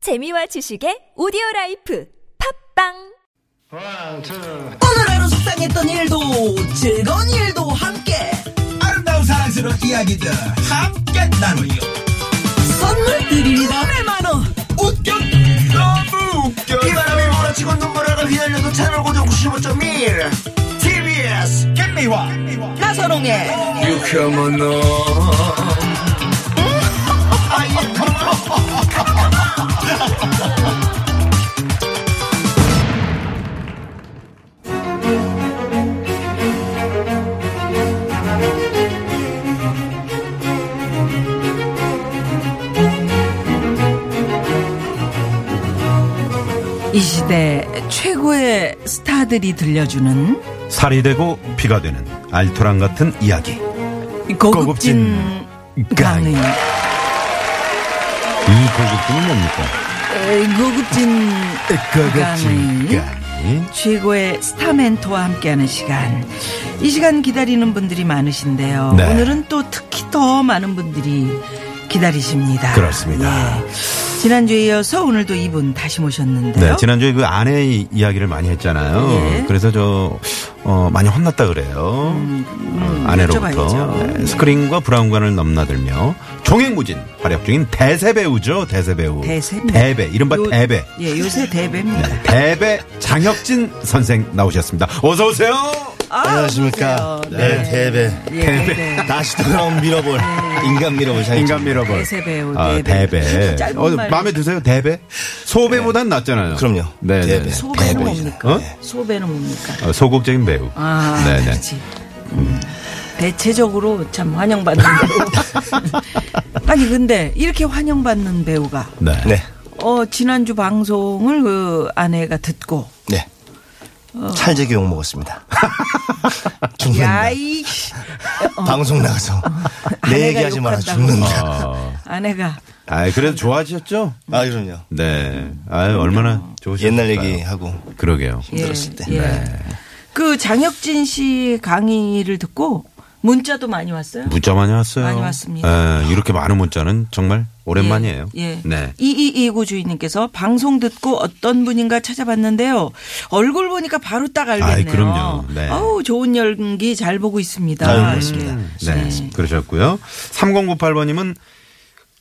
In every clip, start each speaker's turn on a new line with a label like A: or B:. A: 재미와 지식의 오디오 라이프 팝빵
B: One, two.
C: 오늘 하루 속상했던 일도 즐거운 일도 함께
D: 아름다운 사랑스러운 이야기들 함께 나누요
C: 선물 드립니다 네,
B: 어.
C: 100만원
D: 웃겨 너무 웃겨
E: 바람이 몰아치고 눈물을 휘날려도 채널 고정 95.1 TBS
D: 김미화
C: 나선홍의 이 시대 최고의 스타들이 들려주는
F: 살이 되고 피가 되는 알토란 같은 이야기.
C: 고급진,
F: 고급진
C: 강의
F: 강의. 이 고급진은 뭡니까?
C: 에, 고급진 강의 네.
F: 강의.
C: 최고의 스타 멘토와 함께하는 시간 이 시간 기다리는 분들이 많으신데요
F: 네.
C: 오늘은 또 특히 더 많은 분들이 기다리십니다
F: 그렇습니다.
C: 예. 지난주에 이어서 오늘도 이분 다시 모셨는데요
F: 네, 지난주에 그 아내의 이야기를 많이 했잖아요.
C: 예.
F: 그래서 저, 어, 많이 혼났다 그래요. 어, 아내로부터.
C: 음, 여쭤봐야죠.
F: 네, 스크린과 브라운관을 넘나들며 종횡무진 활약 중인 대세배우죠. 대세배우.
C: 대세배.
F: 대배. 이른바
C: 요-
F: 대배.
C: 예, 요새 대배입니다
F: 네, 대배 장혁진 선생 나오셨습니다. 어서오세요.
C: 아,
B: 안녕하십니까.
C: 어서오세요.
B: 네, 대배.
C: 예, 대배.
B: 다시 돌아온 미러볼. 인간 미러볼. 장혁진.
F: 인간 미러볼.
C: 네. 대세배우, 네
F: 아,
C: 대배.
F: 대배.
C: 짧은
F: 어,
C: 말.
F: 마음에 드세요, 대배? 소배보단 낫잖아요.
B: 그럼요.
F: 네, 네,
B: 대배.
F: 네.
C: 소배는
B: 대배이잖아요.
C: 뭡니까
F: 어?
C: 소배는 뭡니까
F: 어, 소극적인 배우.
C: 아,
F: 네, 네.
C: 그렇지. 음, 대체적으로 참 환영받는 배우. 아니 근데 이렇게 환영받는 배우가
F: 네.
B: 네.
C: 어 지난주 방송을 그 아내가 듣고
B: 네. 찰제기 욕 먹었습니다. 죽는다.
C: 어. 야이 어.
B: 방송 나가서 내
C: 아내가
B: 얘기하지 마라
C: 욕한다고. 아,
B: 죽는다.
C: 아내가
F: 어, 아, 그래도 좋아하셨죠?
B: 어. 아 그럼요.
F: 네. 아, 얼마나 좋으셨어요.
B: 옛날 얘기하고
F: 그러게요.
B: 힘들었을 때.
C: 음.
B: 네.
C: 예. 그 장혁진 씨 강의를 듣고 문자도 많이 왔어요.
F: 문자 많이 왔어요.
C: 많이 왔습니다.
F: 예, 이렇게 많은 문자는 정말 오랜만이에요.
C: 예.
F: 네.
C: 이이이구 주인님께서 방송 듣고 어떤 분인가 찾아봤는데요. 얼굴 보니까 바로 딱 알겠네요.
F: 아이, 그럼요. 네.
C: 아우 좋은 연기 잘 보고 있습니다.
B: 아유, 그렇습니다.
F: 네.
C: 음. 네.
F: 그러셨고요. 3098번님은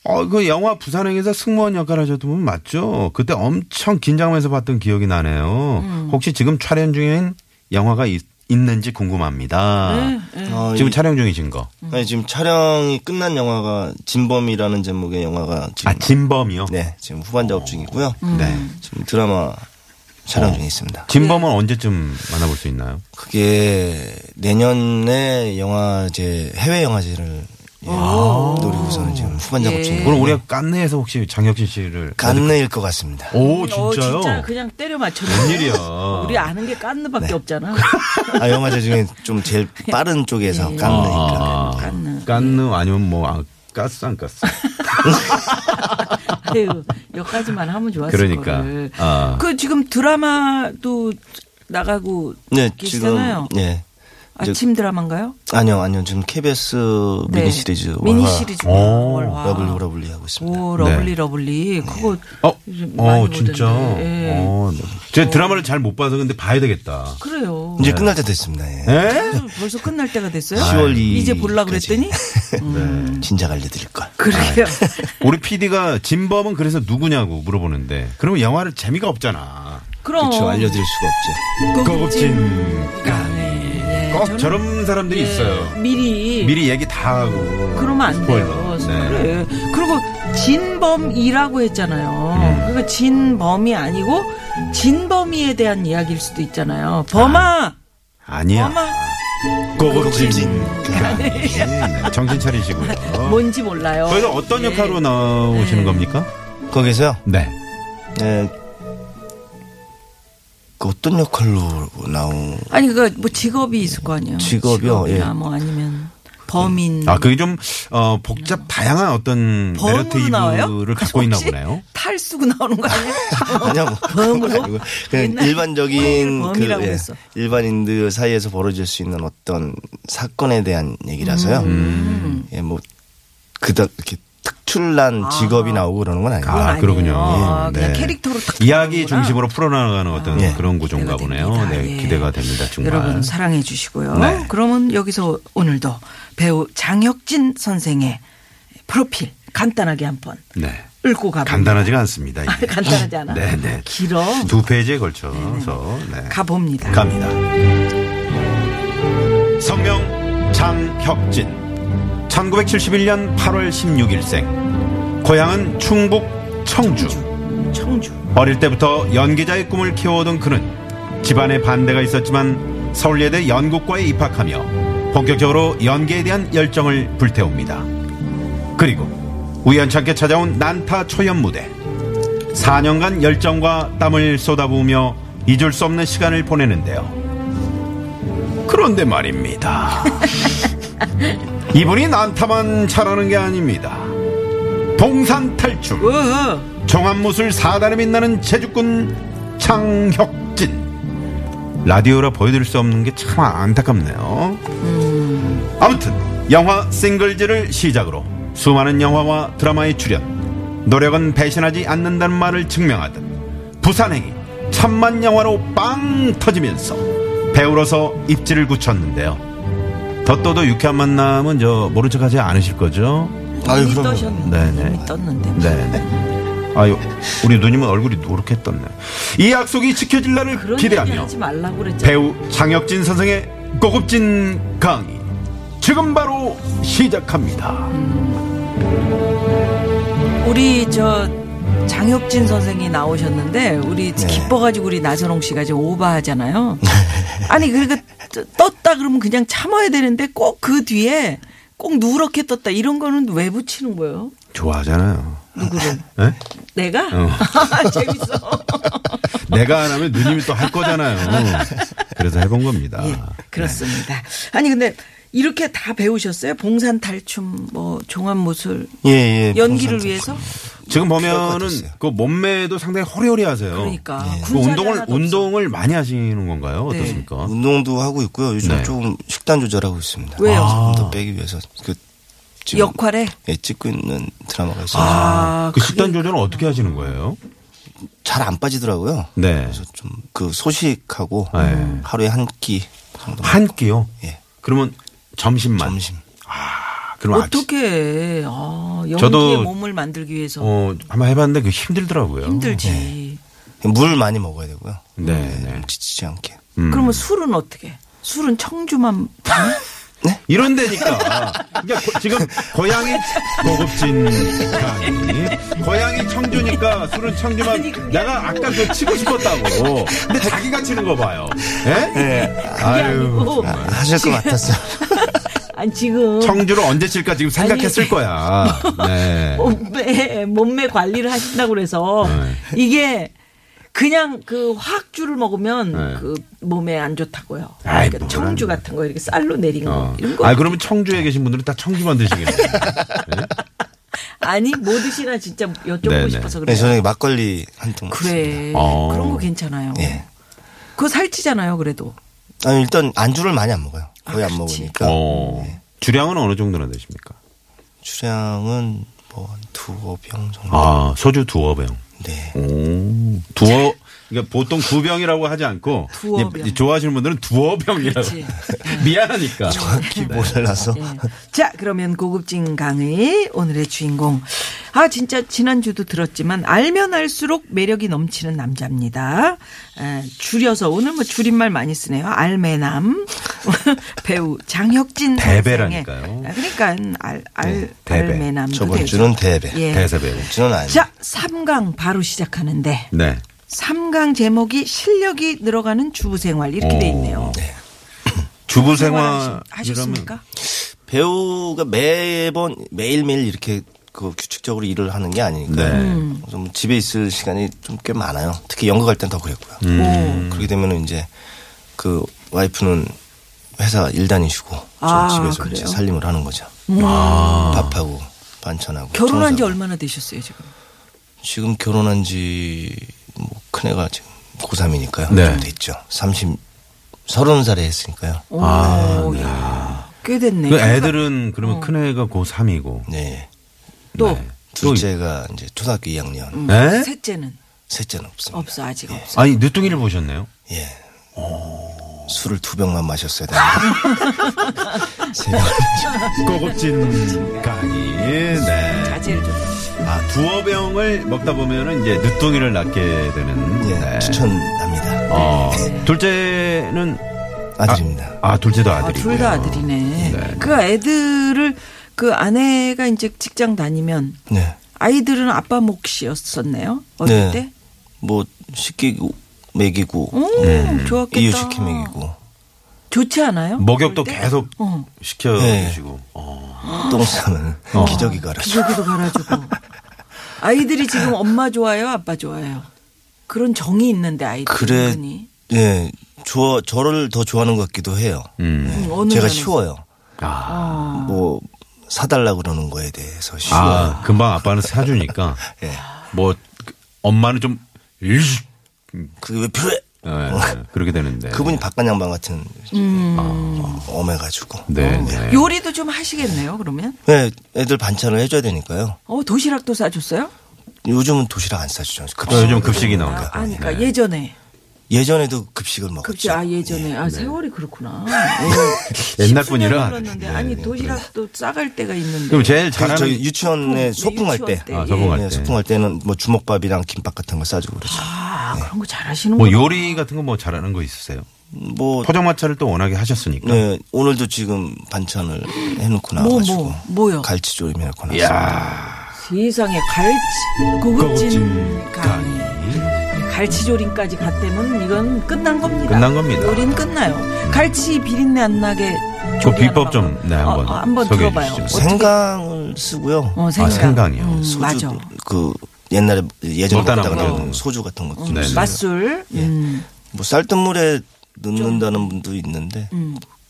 F: 어, 그 영화 부산행에서 승무원 역할 하셨던 분 맞죠? 그때 엄청 긴장하면서 봤던 기억이 나네요. 혹시 지금 촬영 중인 영화가 있, 는지 궁금합니다.
B: 어,
F: 지금
B: 이-
F: 촬영 중이신 거.
B: 아니, 지금 촬영이 끝난 영화가 진범이라는 제목의 영화가 지금
F: 아, 진범이요?
B: 네 지금 후반 작업 중이고요.
C: 음.
F: 네.
B: 지금 드라마 촬영
C: 어.
B: 중에 있습니다.
F: 진범은 언제쯤 만나볼 수 있나요?
B: 그게 내년에 영화제 해외 영화제를 예,
C: 아.
B: 노리고서는 지금 후반
C: 예.
B: 작업 중이에요.
F: 그럼 우리가 깐내에서 혹시 장혁진 씨를.
B: 간내일 것 같습니다.
F: 오,
C: 어,
F: 진짜요?
C: 진짜 그냥 때려 맞췄네.
F: 웬일이야. 네.
C: 우리 아는 게 깐느밖에 없잖아.
B: 아, 영화제 중에 좀 제일
C: 예.
B: 빠른 쪽에서
C: 아.
B: 간내니까.
C: 깐느.
F: 아, 깐느 아니면 뭐, 아, 가스 안 가스.
C: 아유, 여기까지만 하면 좋았을
F: 그러니까.
C: 거를.
F: 아.
C: 그 지금 드라마도 나가고
B: 네, 지금
C: 계시잖아요.
B: 예. 이제-
C: 아침 드라마인가요?
B: 아니요, 아니요. 지금 KBS
C: 네.
B: 미니 시리즈
C: 미니 시리즈
F: 오.
C: 월화.
B: 러블리 러블리 하고 있습니다.
C: 오 러블리
F: 네.
C: 러블리 그거
F: 어,
C: 요즘 많이
F: 어, 진짜.
C: 보던데. 예.
F: 어, 제가 드라마를 잘 못 봐서 근데 봐야 되겠다.
C: 그래요.
B: 이제 끝날 때 됐습니다. 예.
F: 에?
C: 벌써 끝날 때가 됐어요? 아,
B: 10월
C: 이제 보려고
B: 2일까지.
C: 그랬더니 음. 네.
B: 진작 알려드릴 걸.
C: 그래요.
F: 우리 PD가 진범은 그래서 누구냐고 물어보는데 그러면 영화를 재미가 없잖아.
C: 그럼 네,
B: 그렇죠. 알려드릴 수가 없죠.
F: 꼭 저런 사람들이
C: 예.
F: 있어요.
C: 미리
F: 미리 얘기 다 하고.
C: 그러면 안 돼요.
F: 스포일러. 네.
C: 그래. 그리고 진범이라고
F: 음.
C: 했잖아요. 그러니까 진범이 아니고 진범이에 대한 이야기일 수도 있잖아요. 범아,
F: 아니야.
C: 범아
F: 고급진. 네, 정신 차리시고요.
C: 뭔지 예. 몰라요.
F: 거기서 어떤 역할로 나오시는 겁니까?
B: 거기서요.
F: 네.
B: 예. 그 어떤 역할로 나오?
C: 아니 그거 뭐 직업이 있을 거 아니에요.
B: 직업이요?
C: 직업이나
B: 예.
C: 뭐 아니면 범인.
F: 아, 그게 좀, 어, 복잡, 다양한 어떤 메리트
C: 범으로 나와요?
F: 이브를 갖고 있나
C: 혹시
F: 보네요.
C: 탈 쓰고 나오는 거 아니에요?
B: 아니요, 뭐 그런 건
C: 범으로?
B: 아니고 그냥
C: 옛날에
B: 일반적인 그
C: 범이라고
B: 예,
C: 했어.
B: 일반인들 사이에서 벌어질 수 있는
C: 음.
B: 어떤 사건에 대한 얘기라서요. 예, 뭐 음. 그닥 이렇게 특출난 직업이 나오고 그러는 건 아니에요.
F: 아,
C: 아. 아니에요.
F: 그러군요.
C: 아,
F: 네.
C: 그냥 캐릭터로 탁 들어오는구나.
F: 이야기 중심으로 풀어나가는 어떤
B: 예.
F: 그런 구조인가
C: 기대가
F: 보네요.
C: 됩니다.
F: 네,
C: 예.
F: 기대가 됩니다. 정말.
C: 여러분 사랑해 주시고요.
F: 네.
C: 그러면 여기서 오늘도 배우 장혁진 선생의 프로필 간단하게 한번
F: 네.
C: 읽고 가봅니다.
F: 간단하지가 않습니다. 이게.
C: 간단하지 않아.
F: 네, 네.
C: 길어.
F: 두 페이지에 걸쳐서 네.
C: 가봅니다.
F: 갑니다. 성명 장혁진. 1971년 8월 16일생. 고향은 충북 청주.
C: 청주.
F: 어릴 때부터 연기자의 꿈을 키워오던 그는 집안의 반대가 있었지만 서울예대 연극과에 입학하며 본격적으로 연기에 대한 열정을 불태웁니다. 그리고 우연찮게 찾아온 난타 초연 무대. 4년간 열정과 땀을 쏟아부으며 잊을 수 없는 시간을 보내는데요. 그런데 말입니다. 이분이 난타만 잘하는 게 아닙니다. 동산 탈출.
C: 어, 으,
F: 정한무술 사단에 빛나는 제주꾼 장혁진 라디오라 보여드릴 수 없는 게 참 안타깝네요 아무튼 영화 싱글즈를 시작으로 수많은 영화와 드라마에 출연 노력은 배신하지 않는다는 말을 증명하듯 부산행이 천만 영화로 빵 터지면서 배우로서 입지를 굳혔는데요 덧도도 유쾌한 만남은 저 모른 척하지 않으실 거죠?
B: 아유,
C: 이미
B: 그럼요.
C: 떠셨는데.
F: 네, 네.
C: 이미 떴는데.
F: 네네. 아유, 우리 누님은 얼굴이 노랗게 떴네. 이 약속이 지켜질 날을
C: 그런 얘기
F: 기대하며
C: 하지 말라고 그랬잖아.
F: 배우 장혁진 선생의 고급진 강의 지금 바로 시작합니다.
C: 우리 저 장혁진 선생이 나오셨는데 우리 기뻐가지고 우리 나선홍 씨가 지금 오바하잖아요. 아니 그러니까 떠- 떴다 그러면 그냥 참아야 되는데 꼭 그 뒤에 꼭 누렇게 떴다 이런 거는 왜 붙이는 거예요?
F: 좋아하잖아요.
C: 누구를?
F: 예?
C: 내가? 재밌어.
F: 내가 안 하면 누님이 또 할 거잖아요. 그래서 해본 겁니다.
C: 예, 그렇습니다. 아니 근데 이렇게 다 배우셨어요? 봉산 탈춤, 뭐 종합 무술,
B: 예, 예.
C: 연기를
B: 봉산
C: 위해서?
F: 지금
C: 뭐
F: 보면은
B: 됐어요.
F: 그 몸매도 상당히 허리허리 하세요.
C: 그러니까
F: 그
C: 군살이
F: 운동을,
C: 하나도 없어.
F: 운동을 많이 하시는 건가요?
C: 네.
F: 어떻습니까?
B: 운동도 하고 있고요. 요즘
F: 네.
B: 조금 식단 조절하고 있습니다.
C: 왜요?
B: 조금 더 빼기 위해서 그 지금
C: 역할에
B: 예, 찍고 있는 드라마가 있어서
C: 아,
F: 그 식단 조절은 어떻게 하시는 거예요?
B: 잘 안 빠지더라고요.
F: 네.
B: 그래서 좀 그 소식하고
F: 네.
B: 하루에 한 끼 정도
F: 한 끼요?
B: 예.
F: 그러면 점심만.
B: 점심.
F: 아, 그럼 아침.
C: 어떻게 아, 연기의
F: 저도-
C: 몸을 만들기 위해서
F: 어, 네. 한번 해봤는데 그 힘들더라고요.
C: 힘들지.
B: 물 많이 먹어야 되고요.
F: 네,
B: 예,
F: 네.
B: 좀 지치지 않게.
F: 음.
C: 그러면 술은 어떻게? 술은 청주만
F: 이런 데니까. 그러니까 고- 지금 고향이 고급진 강이. 고향이 청주니까 술은 청주만 내가 아까 그 치고 싶었다고. 근데 자기가 치는 거 봐요. 예? 아유.
C: 아니고
B: 아, 하실 것 같았어요.
C: 아니 지금
F: 청주를 언제 칠까 지금 생각했을 거야. 네.
C: 몸매 몸매 관리를 하신다고 그래서
F: 네.
C: 이게 그냥 그 화학주를 먹으면
F: 네.
C: 그 몸에 안 좋다고요.
F: 아이,
C: 그러니까
F: 뭐라.
C: 청주 같은 거 이렇게 쌀로 내린 거
F: 어.
C: 이런 거
F: 아, 그러면 청주에 계신 분들은 다 청주만 드시겠네요.
C: 아니 뭐 드시나 진짜 여쭤보고
F: 네네.
C: 싶어서
B: 네,
C: 그래요.
B: 저녁에 막걸리 한통
C: 그래
F: 어.
C: 그런 거 괜찮아요.
B: 예.
C: 그거 살찌잖아요. 그래도
B: 아니, 일단 안주를 많이 안 먹어요. 거의
C: 아,
B: 안
C: 그렇지.
B: 먹으니까.
F: 어. 주량은 어느 정도나 되십니까?
B: 주량은 뭐 두어 병 정도.
F: 아, 소주 두어 병.
B: 네.
F: 오, 두어. 그러니까 보통 구병이라고 하지 않고
C: 두어
F: 이제
C: 병.
F: 좋아하시는 분들은 두어병이라고
C: 그렇지.
F: 미안하니까
B: 정확히 몰라서.
C: 자, 그러면 고급진 강의 오늘의 주인공. 아, 진짜 지난주도 들었지만 알면 알수록 매력이 넘치는 남자입니다. 에, 줄여서 오늘 뭐 줄임말 많이 쓰네요. 알매남 배우 장혁진
F: 대배라니까요.
C: 선생의,
F: 네,
C: 아, 그러니까 알, 알
F: 대배.
C: 알매남도
B: 저번
C: 되죠.
B: 주는 대배.
C: 네. 예.
F: 대세배우.
B: 주는 아니.
C: 자, 3강 바로 시작하는데
F: 네.
C: 3강 제목이 실력이 늘어가는 주부 생활 이렇게 돼 있네요.
F: 오. 주부
C: 생활
F: 생활
C: 하셨습니까?
B: 배우가 매번 매일매일 이렇게 그 규칙적으로 일을 하는 게 아니니까
F: 네.
C: 음.
B: 좀 집에 있을 시간이 좀 꽤 많아요. 특히 연극할 땐 더 그랬고요. 그렇게 되면 이제 그 와이프는 회사 일 다니시고 저
C: 아,
B: 집에서
C: 그래요?
B: 이제 살림을 하는 거죠. 밥하고 반찬하고
C: 음, 결혼한 지
B: 청소하고.
C: 얼마나 되셨어요, 지금?
B: 지금 결혼한 지뭐 큰애가 지금 고3이니까요.
F: 네.
B: 좀 됐죠. 30 서른 살에 했으니까요.
C: 오,
B: 아,
C: 야, 꽤 됐네.
B: 그
C: 그러니까 어.
F: 그 애들은 그러면 큰 애가 고3이고
B: 네.
C: 또뭐
B: 둘째가 이제 초등학교 2학년,
F: 네?
C: 셋째는
B: 셋째는 없습니다.
C: 없어 아직 없어.
F: 아니 늦둥이를 보셨네요.
B: 예. 술을 두 병만 마셨어야 되는데. 세 병.
F: 고급진 강의. 네.
C: 자제를 좀.
F: 아 두어 병을 먹다 보면은 이제 늦둥이를 낳게 되는.
B: 예,
F: 네.
B: 추천합니다.
F: 어, 둘째는
B: 아들입니다.
F: 아 둘째도
C: 아,
F: 아들이고.
C: 둘 다 아들이네.
F: 네.
C: 그 애들을 그 아내가 이제 직장 다니면
B: 네.
C: 아이들은 아빠 몫이었었네요. 어릴
B: 네.
C: 때.
B: 뭐, 식기고, 먹이고,
C: 오, 좋았겠다.
B: 네. 이유식히 먹이고, 뭐?
C: 좋지 않아요?
F: 목욕도
C: 그럴 때?
F: 계속
C: 어.
F: 시켜
B: 네.
F: 주시고. 어.
B: 똥 싸면
F: 어.
B: 기저귀 갈아줘.
C: 기저귀도 갈아주고. 아이들이 지금 엄마 좋아요, 아빠 좋아요. 그런 정이 있는데 아이들.
B: 그래,
C: 이
B: 예, 좋아, 저를 더 좋아하는 것 같기도 해요.
F: 음.
C: 음, 어느
B: 제가
C: 면에서.
B: 쉬워요.
F: 아.
B: 뭐, 사달라 그러는 거에 대해서 쉬워요.
F: 아, 금방 아빠는 사주니까
B: 예.
F: 뭐 그, 엄마는 좀 일식
B: 그게 왜 필요해?
F: 예, 예, 그렇게 되는데
B: 그분이 바깥 양반 같은,
C: 음.
B: 어, 엄해가지고.
F: 네, 네.
C: 요리도 좀 하시겠네요, 그러면?
B: 네, 애들 반찬을 해줘야 되니까요.
C: 어, 도시락도 싸줬어요?
B: 요즘은 도시락 안 싸주죠. 급식.
F: 어, 요즘 급식이
C: 아,
F: 나온다.
C: 아니까 예전에.
B: 예전에도 급식을 먹었죠.
C: 급식, 아, 예전에. 아, 세월이 그렇구나.
F: 네. 옛날 분이라.
C: 그랬는데
F: 네,
C: 아니,
F: 네,
C: 도시락도 싸갈 때가 있는데.
F: 그럼 제일
B: 그
F: 잘하는
B: 저희 유치원에 소풍할
C: 네, 유치원
B: 때,
C: 때,
F: 아, 소풍할
B: 예,
F: 때.
B: 소풍할 때는 뭐 주먹밥이랑 김밥 같은 거 싸주고 그러죠.
C: 아, 그런 거 잘하시는
F: 뭐
C: 거.
F: 요리 같은 거 뭐 잘하는 거 있으세요?
B: 뭐
F: 포장마차를 또 워낙에 하셨으니까.
B: 네, 오늘도 지금 반찬을 해놓고
C: 뭐,
B: 나와가지고
C: 뭐, 뭐요?
B: 갈치조림 해놓고 나왔어요.
F: 야,
C: 세상에 갈치 고급진
F: 고급진
C: 강의. 갈치조림까지 갔다면 이건 끝난 겁니다.
F: 끝난 겁니다.
C: 요리는 끝나요. 갈치 비린내 안 나게.
F: 그 비법 좀 네,
C: 어,
F: 한번
C: 어, 한번
F: 소개해
C: 들어봐요.
F: 주시죠.
C: 어떻게-
B: 생강을 쓰고요.
C: 어, 생강.
F: 아, 생강이요. 네,
C: 음,
B: 소주
C: 맞아.
B: 그 옛날에 예전에
F: 먹다
B: 먹다가
F: 남은 거.
B: 남은 소주 같은 것도
F: 네, 네.
C: 음, 맛술. 음,
B: 뭐 쌀뜨물에 넣는다는 분도 있는데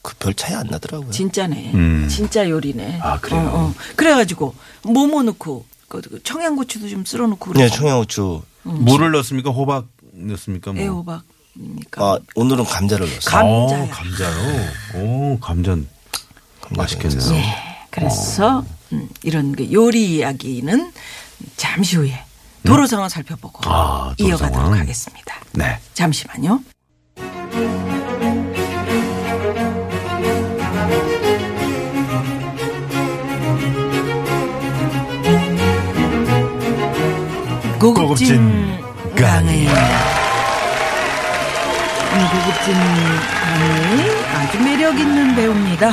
B: 그 별 차이 안 나더라고요.
C: 음. 진짜네.
F: 음.
C: 진짜 요리네.
F: 아, 그래요?
C: 어, 어. 그래가지고 뭐뭐 넣고 그- 그 청양고추도 좀 쓸어놓고
B: 네,
C: 그러고.
B: 청양고추.
C: 음.
F: 물을 넣습니까? 호박 넣습니까? 뭐.
C: 애호박입니까?
B: 아, 오늘은 감자를 넣었어요.
C: 감- 감자야.
F: 오, 감자요. 오, 감자
B: 감자를
F: 맛있겠네요.
B: 넣었어요.
C: 예.
F: 어.
C: 그래서 음, 이런 그 요리 이야기는 잠시 후에 도로 상황 살펴보고
F: 음. 아, 도로
C: 이어가도록
F: 상황.
C: 하겠습니다.
F: 네.
C: 잠시만요. 고급진
F: 고급진
C: 강의.
F: 강의.
C: 오늘 음, 고급진 강의 아주 매력 있는 배우입니다.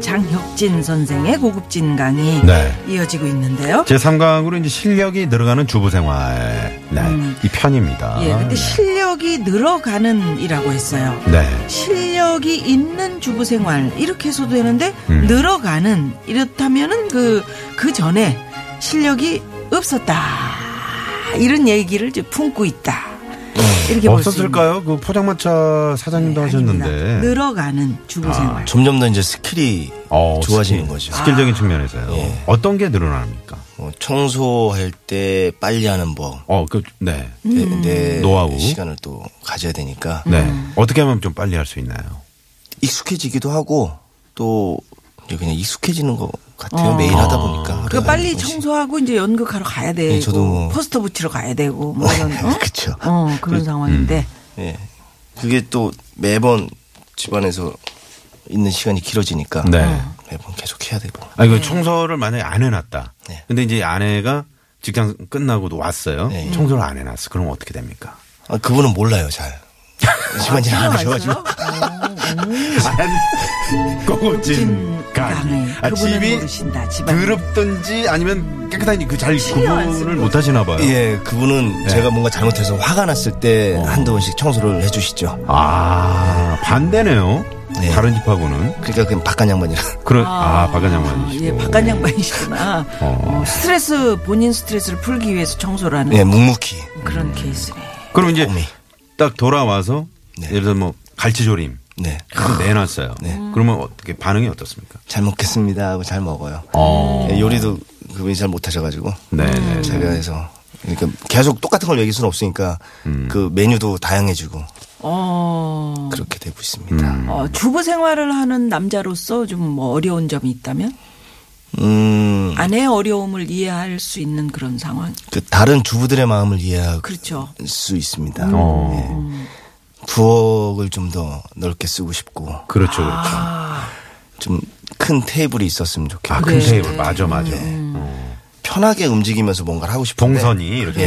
C: 장혁진 선생의 고급진 강의
F: 네.
C: 이어지고 있는데요.
F: 제 3강으로 이제 실력이 늘어가는 주부 생활. 네. 이 편입니다.
C: 음. 예, 근데 실력이 늘어가는이라고 했어요.
F: 네.
C: 실력이 있는 주부 생활 이렇게 해서도 되는데
F: 음.
C: 늘어가는 이렇다면은 그 그 전에 실력이 없었다 이런 얘기를 이제 품고 있다 이렇게 볼수
F: 음, 없었을까요? 그 포장마차 사장님도
C: 있는
F: 하셨는데. 아,
C: 아닙니다. 늘어가는 주부 생활
B: 점점 더 이제 스킬이
F: 음. 어,
B: 좋아지는
F: 스킬,
B: 거죠.
F: 스킬적인 측면에서요.
B: 예.
F: 어떤 게 늘어납니까?
B: 뭐 청소할 때 빨리 하는 법.
F: 어, 그, 네.
C: 음.
B: 내, 내
F: 노하우.
B: 시간을 또 가져야 되니까
F: 네. 어떻게 하면 좀 빨리 할 수 있나요?
B: 익숙해지기도 하고 또 이제 그냥 익숙해지는 것 같아요. 매일 하다 보니까.
C: 그
B: 하루에
C: 빨리
B: 한 번씩.
C: 청소하고 이제 연극하러 가야 되고
F: 네,
B: 저도 뭐-
C: 포스터 붙이러 가야 되고 뭐 이런 어?
B: 그쵸.
C: 어, 그런 상황인데
F: 음,
B: 예. 그게 또 매번 집안에서 있는 시간이 길어지니까
F: 네.
B: 매번 계속 해야 되고.
C: 네.
F: 아, 이거 청소를 만약에 안 해놨다.
B: 네.
F: 근데 이제 아내가 직장 끝나고도 왔어요.
B: 네.
F: 청소를 안 해놨어. 그럼 어떻게 됩니까?
B: 아, 그분은 몰라요, 잘. 집안일
C: 아,
B: 안 하셔가지고.
F: 고고진
C: 강의
F: 아,
C: 그분은
F: 집이
C: 모르신다 집안
F: 더럽든지 아니면 깨끗한지 그잘
C: 안
F: 구분을
C: 쓰고.
F: 못 하시나 봐요.
B: 예,
F: 네.
B: 그분은 제가 뭔가 잘못해서 화가 났을 때
F: 어.
B: 한두 번씩 청소를 해주시죠.
F: 아, 반대네요.
B: 네.
F: 다른 집하고는.
B: 그러니까 그냥 바깥 양반이라.
F: 그런 아, 바깥 양반이시고.
C: 예, 바깥 양반이시구나.
F: 어.
C: 어, 스트레스 본인 스트레스를 풀기 위해서 청소를 하는
F: 네.
B: 예, 묵묵히.
C: 그런 케이스네.
F: 그럼 이제
B: 어미.
F: 딱 돌아와서
B: 네.
F: 예를 들어 뭐 갈치조림
B: 네.
F: 그걸 내놨어요. 그러면 어떻게 반응이 어떻습니까?
B: 잘 먹겠습니다 하고 잘 먹어요.
F: 어.
B: 예, 요리도 그분이 잘 못하셔가지고.
F: 네, 네.
B: 제가 해서. 그러니까 계속 똑같은 걸 얘기할 수는 없으니까
F: 음.
B: 그 메뉴도 다양해지고
C: 어,
B: 그렇게 되고
F: 음.
B: 있습니다.
C: 어, 주부 생활을 하는 남자로서 좀 뭐 어려운 점이 있다면?
B: 음,
C: 아내의 어려움을 이해할 수 있는 그런 상황.
B: 그 다른 주부들의 마음을 이해할
C: 그렇죠.
B: 수 있습니다.
F: 어.
B: 예. 부엌을 좀 더 넓게 쓰고 싶고
F: 그렇죠, 그렇죠.
B: 좀 큰 테이블이 있었으면 좋겠고
F: 아, 큰 테이블. 맞아, 맞아. 어.
B: 편하게 움직이면서 뭔가를 하고 싶은데
F: 동선이 이렇게.
B: 예.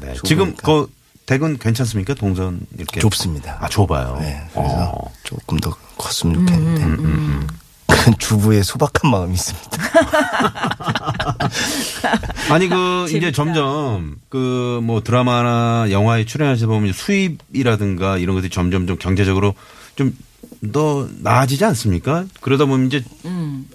F: 네.
B: 좁으니까.
F: 지금 그 댁은 괜찮습니까? 동선 이렇게.
B: 좁습니다.
F: 아, 좁아요.
B: 네, 그래서
F: 어. 음,
B: 조금 더 컸으면 좋겠는데 그 주부의 소박한 마음이 있습니다.
F: 아니 그 이제 점점 그 뭐 드라마나 영화에 출연하시다 보면 수입이라든가 이런 것들이 점점 좀 경제적으로 좀 더 나아지지 않습니까? 그러다 보면 이제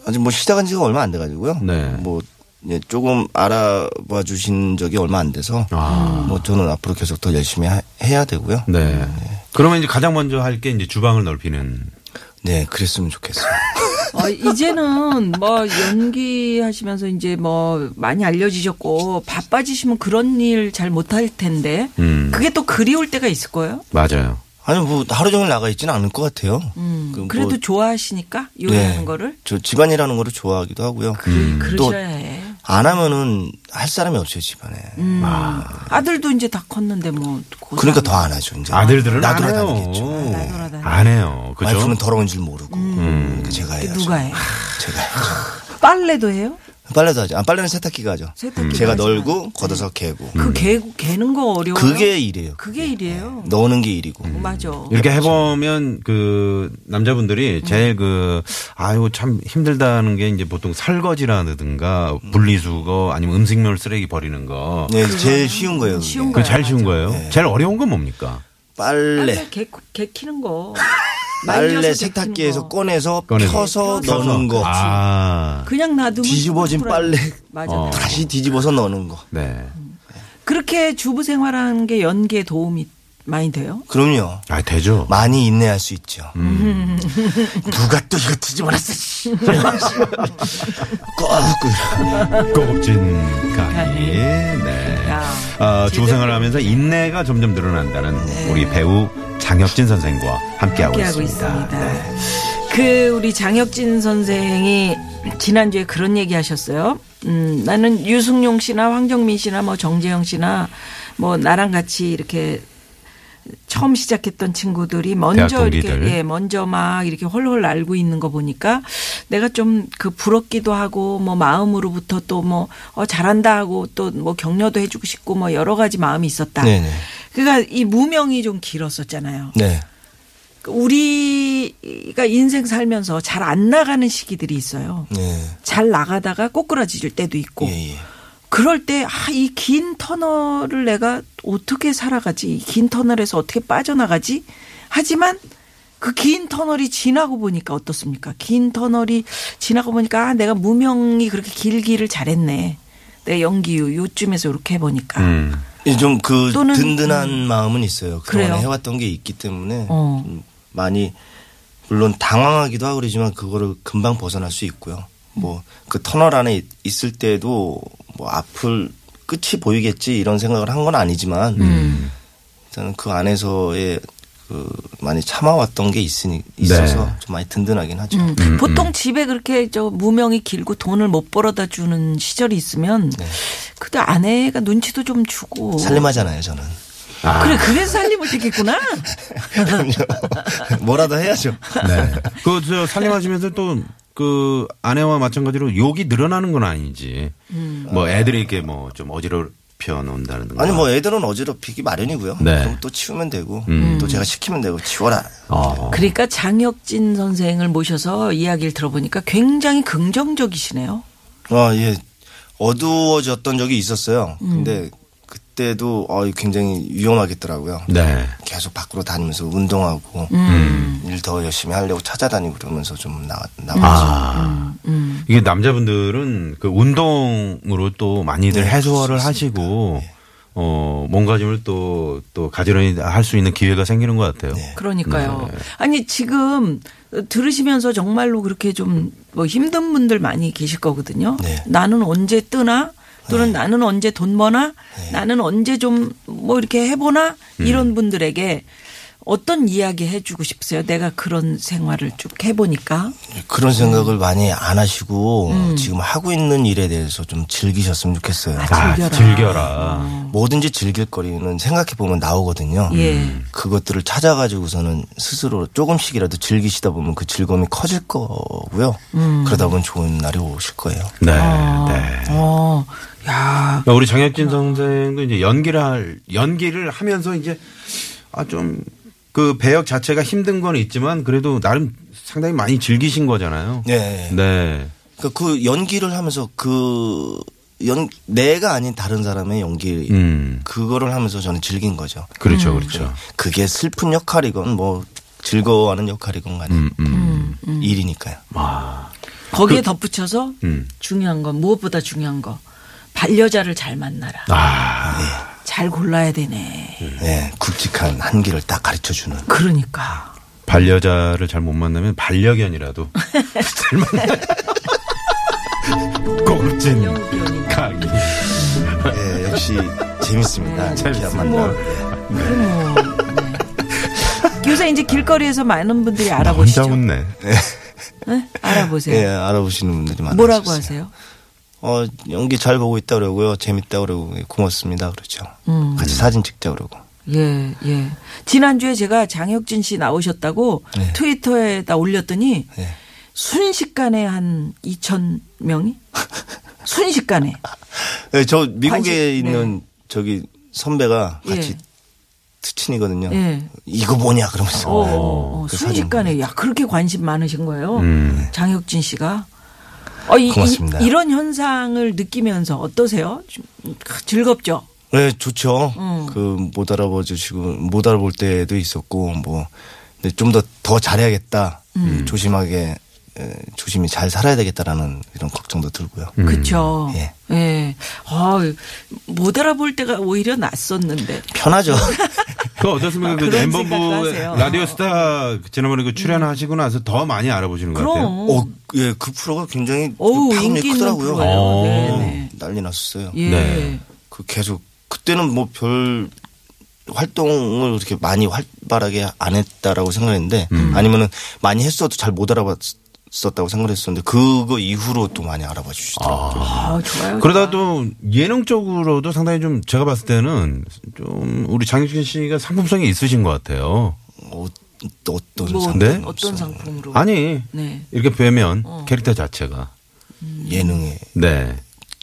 B: 아직 뭐 시작한 지가 얼마 안 돼가지고요.
F: 네.
B: 뭐 예, 조금 알아봐 주신 적이 얼마 안 돼서
F: 아.
B: 뭐 저는 앞으로 계속 더 열심히 하- 해야 되고요.
F: 네. 그러면 이제 가장 먼저 할 게 이제 주방을 넓히는
B: 네, 그랬으면 좋겠어요.
C: 어, 이제는 뭐 연기하시면서 이제 뭐 많이 알려지셨고 바빠지시면 그런 일 잘 못할 텐데
F: 음.
C: 그게 또 그리울 때가 있을 거예요.
F: 맞아요.
B: 아니 뭐 하루 종일 나가 있지는 않을 것 같아요. 그 뭐-
C: 음,
B: 네.
C: 그래도 좋아하시니까 요리하는 거를
B: 저 집안이라는 거를 좋아하기도 하고요.
F: 음.
B: 음, 또
C: 그러셔야 해.
B: 안 하면은 할 사람이 없어요 집안에.
C: 음. 아들도 이제 다 컸는데 뭐 고생.
B: 그러니까 더 안 하죠 이제.
F: 아들들은 안 해요.
B: 나돌아다니겠죠.
C: 돌아다니죠.
F: 안 해요. 그죠?
B: 와이프는 더러운 줄 모르고 그러니까 제가 해야죠.
C: 음. 누가 해?
B: 제가 해야죠.
C: 빨래도 해요?
B: 빨래도 하죠. 아, 빨래는 세탁기가 하죠.
C: 세탁기가
B: 음, 제가
C: 하지만.
B: 널고 걷어서 개고.
C: 그 개, 개는 거 어려워.
B: 음. 그게 일이에요.
C: 그게 일이에요.
B: 넣는 게 일이고.
F: 음.
C: 맞아.
F: 이렇게 해보면 그 남자분들이 제일 그 아유 참 힘들다는 게 이제 보통 설거지라든가 분리수거 아니면 음식물 쓰레기 버리는 거.
B: 네, 제일 쉬운 거예요. 그게.
C: 쉬운 거예요.
F: 그 잘 쉬운 거예요. 제일 어려운 건 뭡니까?
B: 빨래.
C: 빨래 개, 개 키는 거. 말려서 개
B: 빨래
C: 키는
B: 세탁기에서
C: 거.
B: 꺼내서,
F: 꺼내서.
B: 펴서 넣는 거.
F: 아,
C: 그냥 놔두면
B: 뒤집어진
C: 소라고.
B: 빨래
C: 맞아.
F: 어.
B: 다시 뒤집어서 넣는 거.
F: 네.
C: 그렇게 주부 생활하는 게 연기에 도움이 많이 돼요?
B: 그럼요.
F: 아 되죠.
B: 많이 인내할 수 있죠.
C: 음.
B: 누가 또 이거 뒤집어놨어. 씨. 꺼
F: 고급진까지. 네.
C: 야.
F: 아, 주부생활하면서 인내가 점점 늘어난다는 우리 배우 장혁진 선생과 네. 함께하고
C: 함께하고
F: 있습니다. 네.
C: 있습니다. 그 우리 장혁진 선생이 지난주에 그런 얘기 하셨어요. 음, 나는 유승용 씨나 황정민 씨나 뭐 정재영 씨나 뭐 나랑 같이 이렇게 처음 시작했던 친구들이 먼저
F: 대학
C: 이렇게
F: 동기들.
C: 예, 먼저 막 이렇게 헐헐 알고 있는 거 보니까 내가 좀 그 부럽기도 하고 뭐 마음으로부터 또 뭐 어, 잘한다 하고 또 뭐 격려도 해주고 싶고 뭐 여러 가지 마음이 있었다.
B: 네네.
C: 그러니까 이 무명이 좀 길었었잖아요.
B: 네.
C: 우리가 인생 살면서 잘 안 나가는 시기들이 있어요.
B: 네.
C: 잘 나가다가 꼬꾸라질 때도 있고
B: 예, 예.
C: 그럴 때 아 이 긴 터널을 내가 어떻게 살아가지 이 긴 터널에서 어떻게 빠져나가지 하지만 그 긴 터널이 지나고 보니까 어떻습니까 긴 터널이 지나고 보니까 아 내가 무명이 그렇게 길기를 잘했네 내 연기유 요쯤에서 이렇게 해보니까
F: 음.
B: 좀 그
C: 또는-
B: 든든한 마음은 있어요. 그동안에
C: 그래요?
B: 해왔던 게 있기 때문에
C: 어.
B: 좀 많이 물론 당황하기도 하고 그러지만 그거를 금방 벗어날 수 있고요. 뭐 그 터널 안에 있- 있을 때도 뭐 앞을 끝이 보이겠지 이런 생각을 한 건 아니지만
C: 음.
B: 일단은 그 안에서의 그 많이 참아왔던 게 있으니 있어서
F: 네.
B: 좀 많이 든든하긴 하죠.
C: 음. 보통 집에 그렇게 저 무명이 길고 돈을 못 벌어다 주는 시절이 있으면 그때 아내가 눈치도 좀 주고
B: 살림하잖아요, 저는.
C: 그래 그래서 살림을 시켰구나
B: 그럼요. 뭐라도 해야죠.
F: 네. 그저 살림하시면서 또 그 아내와 마찬가지로 욕이 늘어나는 건 아닌지.
B: 음.
F: 뭐 애들이 이렇게 뭐 좀 어지럽혀 놓는다든가.
B: 아니 뭐 애들은 어지럽히기 마련이고요.
F: 네. 음.
B: 그럼 또 치우면 되고 또 제가 시키면 되고 치워라.
F: 어.
C: 그러니까 장혁진 선생을 모셔서 이야기를 들어보니까 굉장히 긍정적이시네요
B: 아 예. 어두워졌던 적이 있었어요. 근데 그때도 어, 굉장히 위험하겠더라고요.
F: 네.
B: 계속 밖으로 다니면서 운동하고 일 더 열심히 하려고 찾아다니고 그러면서 좀 나, 나왔죠.
F: 아.
B: 음,
F: 이게 남자분들은 그 운동으로 또 많이들
B: 네,
F: 해소를
B: 그렇습니다. 네.
F: 하시고 어 뭔가짐을 또 또 가지런히 할 수 있는 기회가 생기는 것 같아요.
B: 네.
C: 그러니까요
F: 네.
C: 아니 지금 들으시면서 정말로 그렇게 좀 뭐 힘든 분들 많이 계실 거거든요
B: 네.
C: 나는 언제 뜨나 또는
F: 네.
C: 나는 언제
F: 음.
C: 돈 버나 나는 언제 좀 뭐 이렇게 해보나 이런 분들에게 어떤 이야기 해주고 싶으세요? 내가 그런 생활을 쭉 해보니까.
B: 그런 생각을 많이 안 하시고 지금 하고 있는 일에 대해서 좀 즐기셨으면 좋겠어요.
F: 아,
C: 즐겨라.
F: 즐겨라.
B: 뭐든지 즐길 거리는 생각해 보면 나오거든요.
C: 예.
F: 음.
B: 그것들을 찾아가지고서는 스스로 조금씩이라도 즐기시다 보면 그 즐거움이 커질 거고요.
F: 음.
B: 그러다 보면 좋은 날이 오실 거예요.
F: 네, 네.
C: 어, 야,
F: 그러니까 우리 장혁진 선생도 이제 연기를 할, 연기를 하면서 이제 아 좀 그 배역 자체가 힘든 건 있지만 그래도 나름 상당히 많이 즐기신 거잖아요.
B: 네.
F: 네.
B: 그러니까 그 연기를 하면서 그 연, 내가 아닌 다른 사람의 연기,
F: 음.
B: 그거를 하면서 저는 즐긴 거죠.
F: 그렇죠,
C: 음.
F: 그렇죠.
B: 그게 슬픈 역할이건 뭐 즐거워하는 역할이건 간에
F: 음, 음.
B: 일이니까요.
C: 거기에 덧붙여서
F: 그 음.
C: 중요한 건 무엇보다 중요한 거. 반려자를 잘 만나라.
F: 아,
C: 잘 골라야 되네.
B: 네, 굵직한 한기를 딱 가르쳐 주는.
C: 그러니까.
F: 반려자를 잘 못 만나면 반려견이라도 잘 만나. 고급진 강의.
B: 네, 역시 재밌습니다. 재밌습니다. 만나.
C: 음. 네. 요새 이제 길거리에서 많은 분들이
F: 나 혼자
C: 알아보시죠.
F: 웃네.
C: 네? 알아보세요.
B: 예, 알아보시는 분들이 많아요.
C: 뭐라고 하세요?
B: 어, 연기 잘 보고 있다 그러고요. 재밌다 그러고 고맙습니다. 그러죠.
C: 음.
B: 같이 사진 찍자 그러고.
C: 예, 예. 지난주에 제가 장혁진 씨 나오셨다고
B: 네.
C: 트위터에다 올렸더니
B: 네.
C: 순식간에 한 2천 명이? 순식간에.
B: 네, 저 미국에
C: 관심- 네.
B: 있는 저기 선배가 같이
C: 예.
B: 특친이거든요.
C: 예.
B: 이거 뭐냐 그러면서.
C: 어, 어, 어,
B: 그 음.
C: 순식간에. 야, 그렇게 관심 많으신 거예요. 장혁진 씨가. 어, 이,
B: 고맙습니다.
C: 이, 런 현상을 느끼면서 어떠세요? 좀 즐겁죠?
B: 네, 좋죠.
C: 음.
B: 그 못 알아봐 주시고 못 알아볼 때도 있었고 뭐 근데 좀 더 더 잘해야겠다.
C: 음.
B: 음. 조심하게 에, 조심히 잘 살아야 되겠다라는 이런 걱정도 들고요.
C: 음.
F: 음.
C: 그쵸.
B: 예.
C: 예. 아, 못 알아볼 때가 오히려 낯섰는데.
B: 편하죠.
F: 그 어떻습니까? 그
C: 아, 그런
F: 엠범부
C: 생각도 하세요.
F: 라디오스타 지난번에 그 출연하시고 나서 더 많이 알아보시는 것 같아요.
C: 그럼.
B: 어, 예, 그 프로가 굉장히
C: 음. 어우,
B: 파급력이
C: 인기 있는
B: 크더라고요.
C: 프로예요.
B: 어,
C: 네네.
B: 난리 났었어요.
C: 예.
F: 네.
B: 그 계속 그때는 뭐 별 활동을 그렇게 많이 활발하게 안 했다라고 생각했는데
F: 음.
B: 아니면은 많이 했어도 잘 못 알아봤었다고 생각했었는데 그거 이후로 또 많이 알아봐 주시더라고요.
C: 아, 좋아요.
F: 그러다 또 예능 쪽으로도 상당히 좀 제가 봤을 때는 좀 우리 장윤진 씨가 상품성이 있으신 것 같아요.
B: 어, 어떤
C: 뭐
B: 상품
F: 네?
C: 어떤 상품으로?
F: 아니
C: 네.
F: 이렇게 뵈면
C: 어.
F: 캐릭터 자체가
B: 예능에
F: 네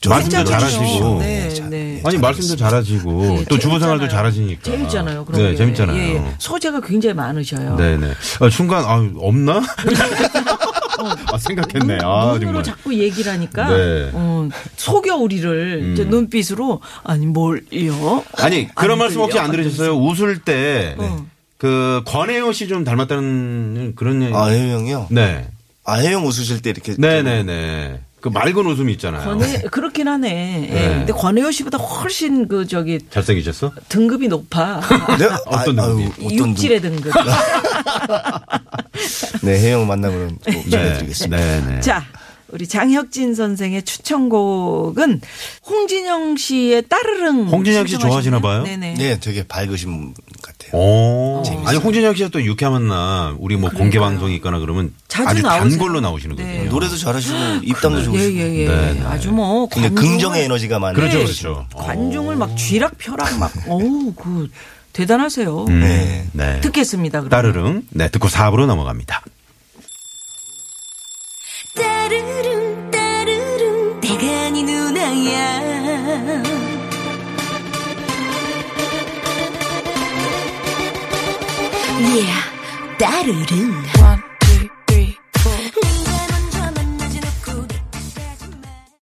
B: 진짜
F: 말씀도
B: 괜찮죠.
F: 잘하시고
C: 네,
B: 잘-
C: 네.
B: 예,
F: 아니 말씀도 잘하시고
C: 예,
F: 또 주부 생활도
C: 재밌잖아요.
F: 잘하시니까
C: 재밌잖아요. 그런
F: 네
C: 게.
F: 재밌잖아요.
C: 예, 예. 소재가 굉장히 많으셔요.
F: 네네. 아, 순간 아 없나? 아 생각했네. 아
C: 눈으로
F: 정말.
C: 자꾸 얘기를 하니까
F: 네. 음.
C: 어, 속여 우리를 이제 눈빛으로 아니 뭘요?
F: 아니 그런 말씀 혹시
C: 들려?
F: 안 들으셨어요? 웃을
C: 어.
F: 때 그 권혜영 씨 좀 닮았다는 그런 얘기.
B: 아혜영이요 예.
F: 음. 네.
B: 아혜영 웃으실 때 이렇게
F: 네네네. 그 맑은 웃음 있잖아요.
C: 권해 그렇긴 하네. 예.
F: 네.
C: 근데 권혜요 씨보다 훨씬 그 저기
F: 잘생기셨어?
C: 등급이 높아.
B: 네?
F: 어떤
B: 아, 아유,
F: 느낌?
B: 어떤
C: 육질의 등급.
B: 누- 네, 혜영 만나면 꼭 전해드리겠습니다.
F: 네네.
C: 네. 자, 우리 장혁진 선생의 추천곡은 홍진영 씨의 따르릉.
F: 홍진영 씨
C: 신청하셨네요.
F: 좋아하시나 봐요?
C: 네네.
B: 네, 되게 밝으신 분 같아요.
F: 오. 아니 홍진영 씨가 또 유쾌한 만남 우리 뭐 공개 방송이 있거나 그러면
C: 자주
F: 아주
C: 나오세요. 네.
F: 단골로 나오시는거든요.
B: 노래도 잘하시고 입담도 좋으시고.
C: 예예예.
F: 네, 네.
C: 아주 뭐
B: 근데
C: 관중을-
B: 긍정의 에너지가 많아요.
F: 그렇죠 그렇죠.
C: 관중을 막 쥐락펴락 막. 어우 그 대단하세요.
F: 음,
B: 네.
F: 네.
C: 듣겠습니다. 그럼.
F: 따르릉. 네 듣고 4부로 넘어갑니다.
G: 따르릉 따르릉 내가 네 누나야 yeah 따르릉
H: One, two, three,